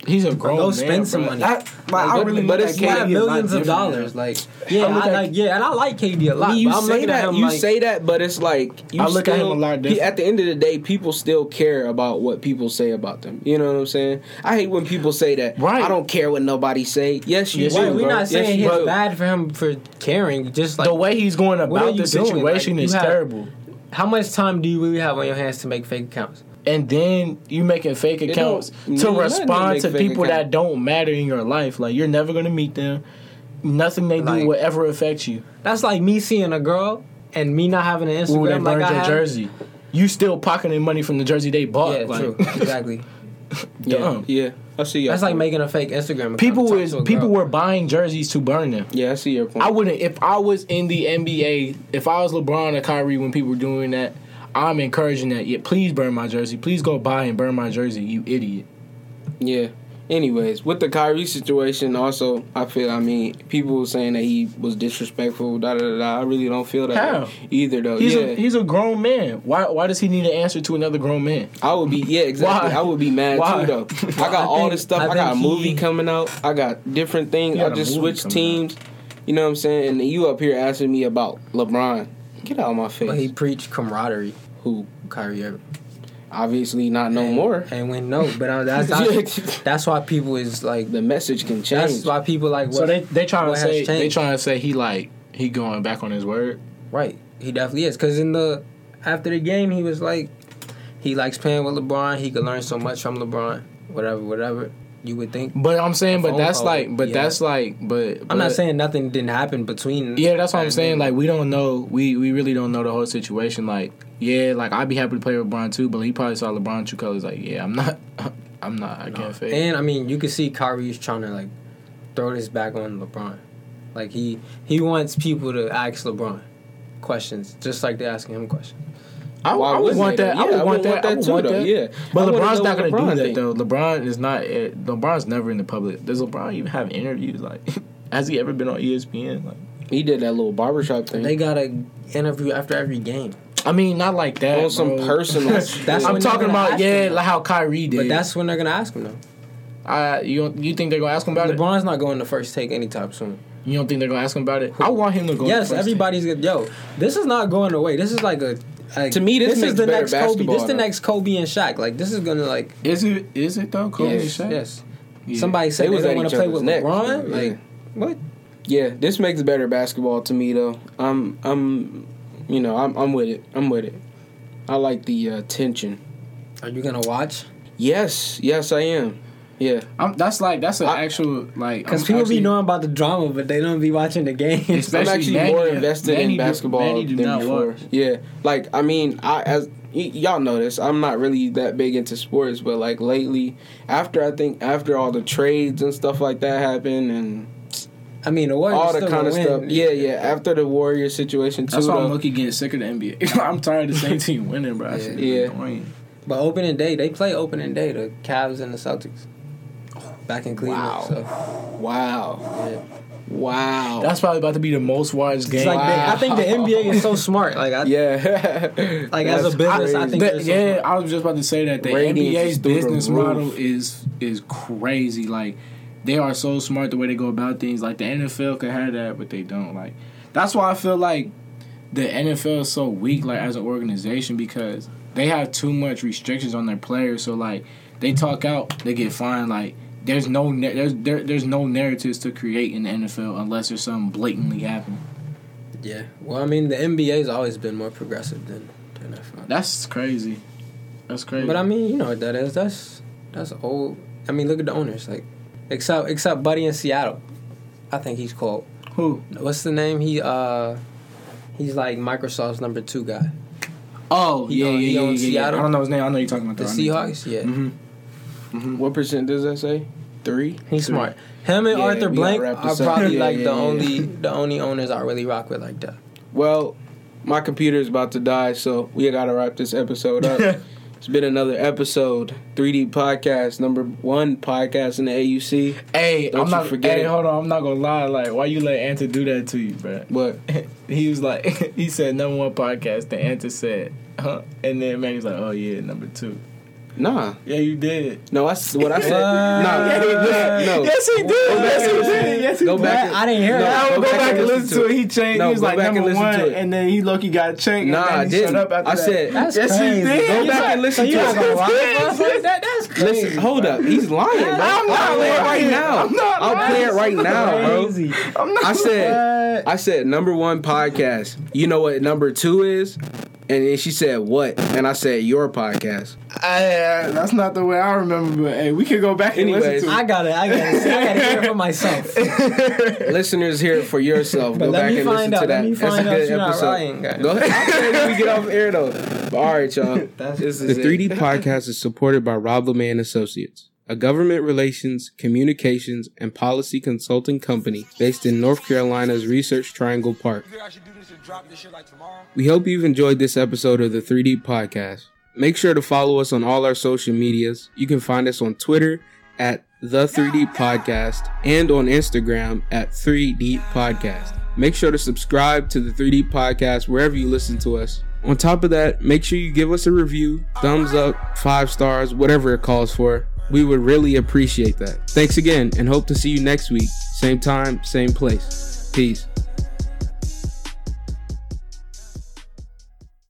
B: He's a grown
G: go
B: man.
G: spend some
B: bruh.
G: money.
B: That- like,
A: Like,
B: I
A: but-
B: really
A: but
B: look
A: it's
B: at
A: not
B: KD a lot
G: millions of
B: different now.
G: dollars. Like yeah,
B: I
G: I,
B: look at-
G: like yeah, and I like KD a
A: I
G: lot.
A: mean, you
G: but I'm
A: say
G: looking
A: that
G: at him
A: you
G: like,
A: say that, but it's like you
B: I look at him a lot
A: he-
B: different.
A: At the end of the day, people still care about what people say about them. You know what I'm saying? I hate when people say that.
B: Right.
A: I don't care what nobody say. Yes, you
B: Yes,
A: do.
B: you
G: Right, we're
A: bro.
G: not
A: Yes,
G: saying
A: you
G: it's
A: do.
G: bad for him for caring. Just like
B: the way he's going
G: What are
B: about
G: you
B: the
G: doing? Like,
B: situation
G: you
B: is
G: have-
B: terrible.
G: how much time do you really have on your hands to make fake accounts?
B: And then you making fake
A: don't-
B: accounts
A: you
B: to
A: don't let them
B: respond
A: make
B: to
A: fake
B: people that
A: accounts.
B: don't matter in your life. Like you're never gonna meet them. Nothing they
G: Like-
B: do will ever affect you.
G: That's like me seeing a girl and me not having an
B: Ooh, they
G: Instagram. like
B: burned
G: I
B: your
G: have.
B: jersey. You still pocketing money from the jersey they bought.
G: Yeah,
B: like,
G: true, exactly.
A: Yeah,
B: dumb.
A: yeah. I see. Your
G: That's like
A: point.
G: making a fake Instagram. Account
B: People
G: to talk
B: was
G: to a
B: people
G: girl.
B: were buying jerseys to burn them.
A: Yeah, I see your point.
B: I wouldn't if I was in the NBA. If I was LeBron or Kyrie when people were doing that, I'm encouraging that. Yeah, please burn my jersey. Please go buy and burn my jersey. You idiot.
A: Yeah. Anyways, with the Kyrie situation, also I feel I mean people were saying that he was disrespectful. Da da da. da. I really don't feel that
B: How?
A: way either though.
B: He's
A: yeah,
B: a he's a grown man. Why why does he need an answer to another grown man?
A: I would be yeah exactly.
B: Why?
A: I would be mad
B: Why?
A: too though. I got
G: I
A: all
G: think-
A: this stuff.
G: I
A: I, got a
G: think
A: movie
G: he-
A: coming out. I got different things.
B: He
A: I
B: got a
A: just
B: movie
A: switched
B: coming
A: teams. You know what I'm saying? And you up here asking me about LeBron. Get out of my face.
G: But he preached camaraderie.
A: Who
G: Kyrie Irving.
A: obviously not no
G: And-
A: more.
G: And when no, but uh, that's that's, that's why people is like.
A: The message can change.
G: That's why people like. What,
B: so they they trying
G: what
B: to
G: has
B: say they
G: changed?
B: trying to say he like he going back on his word.
G: Right. He definitely is. Because in the after the game, he was like, he likes playing with LeBron. He could learn so much from LeBron. Whatever, whatever. You would think.
B: But I'm saying, but
G: Phone
B: that's
G: call,
B: like, but
G: yeah.
B: that's like, but,
G: I'm
B: but-
G: not saying nothing didn't happen between.
B: Yeah, that's what I'm saying. Like we don't know. We we really don't know the whole situation. Like yeah, like I'd be happy to play with LeBron too, but he probably saw LeBron true colors. Like yeah, I'm not. I'm not. I can't fake.
G: And I mean, you could see Kyrie's trying to like throw this back on LeBron. Like he he wants people to ask LeBron questions, just like they're asking him questions.
A: Mm-hmm.
B: I,
A: Why
B: I would
A: wouldn't
B: want
A: they,
B: that.
A: though?
B: I would
A: Yeah, I
B: want
A: would
B: that. I would want
A: though.
B: that.
A: Yeah. I
B: But
A: wanna
B: LeBron's
A: know what
B: not gonna
A: LeBron
B: do that
A: think.
B: though. LeBron is not. eh, LeBron's never in the public. Does LeBron even have interviews? Like, has he ever been on E ESPN? Like,
A: He did that little barbershop thing.
G: They got to interview after every game.
B: I mean, not like that.
A: on some
B: bro.
A: personal.
G: That's
A: shit.
B: I'm
G: When
B: talking
G: they're gonna
B: about
G: ask
B: yeah,
G: him.
B: like how Kyrie did.
G: But that's when they're gonna ask him though.
B: I, you don't, you think they're gonna ask him about
G: LeBron's not going to first take anytime soon.
B: it? You don't think they're gonna ask him about it? I want him to go.
G: Yes,
B: first.
G: everybody's good. Yo, this is not going away. This is like a. Like,
A: To me, this makes
G: is the
A: better
G: next Kobe.
A: basketball,
G: This is the
A: though.
G: next Kobe and Shaq. Like this is gonna like.
B: Is it is it though? Kobe
G: yes,
B: and Shaq?
G: yes.
B: Yeah.
G: Somebody said
A: They
G: they,
A: was
G: don't
A: at
G: want
A: each
G: to play
A: other's
G: with
A: necks,
G: LeBron.
A: bro, yeah.
G: Like what?
A: Yeah, this makes better basketball to me though. I'm I'm you know, I'm I'm with it. I'm with it. I like the uh, tension.
G: Are you gonna watch?
A: Yes, yes I am. Yeah.
B: I'm, that's like that's an
A: I-
B: actual like
G: Because
B: I'm
G: people
B: actually-
G: be knowing about the drama, but they don't be watching the game.
B: Especially
A: I'm actually
B: Manny
A: more
B: and-
A: invested
B: Manny
A: in
B: do-
A: basketball
B: Manny do
A: than
B: not
A: before.
B: watch.
A: Yeah. Like I mean, I as y- y'all know this, I'm not really that big into sports, but like lately after I think after all the trades and stuff like that happened and
G: I mean, the
B: Oh,
G: Warriors
A: all
G: still
A: the kind
G: gonna
A: of stuff.
G: win.
A: Yeah, yeah, after the Warrior situation too.
B: That's why
A: though.
B: I'm lucky getting sick of the NBA. I'm tired of the same team winning, bro. That shit is
A: Yeah.
B: annoying.
G: But opening day, they play opening day. The Cavs and the Celtics. Back in Cleveland.
A: Wow.
G: So,
A: Wow.
G: yeah.
A: Wow.
B: That's probably about to be the most watched game.
G: It's like they- I think the
A: Wow.
G: NBA is so smart. Like I,
A: yeah.
G: Like, as a business, I think-
B: That-
G: there's
B: yeah,
G: something-
B: I was just about to say that the
A: Ratings
B: NBA's
A: is through the
B: business
A: roof.
B: model is is crazy. Like they are so smart the way they go about things. Like the NFL could have that, but they don't. Like that's why I feel like the NFL is so weak, like as an organization, because they have too much restrictions on their players. So like they talk out, they get fined. Like there's no na- there's there, there's no narratives to create in the NFL unless there's something blatantly happening.
G: yeah. Well, I mean, the NBA's always been more progressive than the NFL.
B: That's crazy. That's crazy.
G: But I mean, you know what that is. That's that's old. I mean, look at the owners. Like, except except Buddy in Seattle. I think he's called.
B: who?
G: What's the name? He uh, he's like Microsoft's number two guy.
B: Oh,
G: He
B: yeah,
G: own-
B: yeah,
G: he
B: yeah,
G: owns
B: yeah, yeah. I
G: Seattle.
B: don't know his name. I know you're talking about
G: The
B: though. I know you're talking
G: Seahawks. Yeah,
A: Mm-hmm.
B: Mm-hmm.
A: What percent does that say? Three.
G: he's smart. Him and
A: Yeah, we
G: Arthur
A: gotta
G: Blank
A: wrap
G: are
A: this up.
G: probably
A: Yeah,
G: like
A: yeah,
G: the
A: yeah.
G: only the only owners I really rock with like that.
A: Well, my computer is about to die, so we gotta wrap this episode up. it's been another episode. 3D podcast, number one podcast in the AUC.
B: about. Hey,
A: Don't
B: I'm
A: you
B: not.
A: forget
B: hey,
A: it.
B: hold on. I'm not gonna lie. Like, why you let Anta do that to you, bro?
A: But
B: he was like, he said number one podcast. The Anta said, huh? And then man, he's like, oh yeah, number two.
A: nah,
B: Yeah, you did.
A: no, that's what I said. nah,
B: Yeah, he
A: listen, no.
B: Yes, he did. Yes, he did. Yes, he
A: Go
B: did.
A: back. and-
G: I didn't hear
A: no,
G: that.
B: I would go back and listen to it. He changed.
A: No,
B: he was
A: go
B: like
A: back and
B: number
A: listen
B: one,
A: to it.
B: and then he low-key got changed.
A: Nah, I
B: and then he
A: didn't.
B: Shut up after
A: I
B: that.
A: said-
G: That's
B: yes,
G: crazy.
B: he did.
A: Go
B: You
A: back
B: said-
A: and listen
G: So
A: to
G: you not
A: it.
G: gonna lie
B: Yes,
G: for us
B: yes.
G: like that? That's crazy.
A: Listen, hold up. He's lying. Bro.
B: I'm not
A: I'll play it right
B: lying.
A: now.
B: I'm not
A: I'll play it right
B: lying.
A: now, bro.
G: Crazy.
B: I'm not
A: I said,
B: lying.
A: I said number one podcast. You know what number two is? And then she said what? And I said your podcast.
B: Uh, that's not the way I remember, but hey, we could go back and
A: Anyways.
B: listen to
G: I
B: it.
G: got it. I got it. I got to hear it for myself.
A: Listeners, hear it for yourself. Go
G: But let
A: back
G: me
A: and listen
G: find out.
A: to
G: Let
A: that.
G: me
A: That's a
G: find out
A: good
G: you're not
A: episode.
G: lying, guys.
A: Go ahead. When we get off air though. But all right, y'all.
G: That's
A: The 3D podcast is supported by Rob LeMay & Associates, a government relations, communications, and policy consulting company based in North Carolina's Research Triangle Park. We hope you've enjoyed this episode of the 3D Podcast. Make sure to follow us on all our social medias. You can find us on Twitter at the 3D Podcast and on Instagram at 3D Podcast. Make sure to subscribe to the 3D Podcast wherever you listen to us. On top of that, make sure you give us a review, thumbs up, five stars, whatever it calls for. We would really appreciate that. Thanks again and hope to see you next week. Same time, same place. Peace.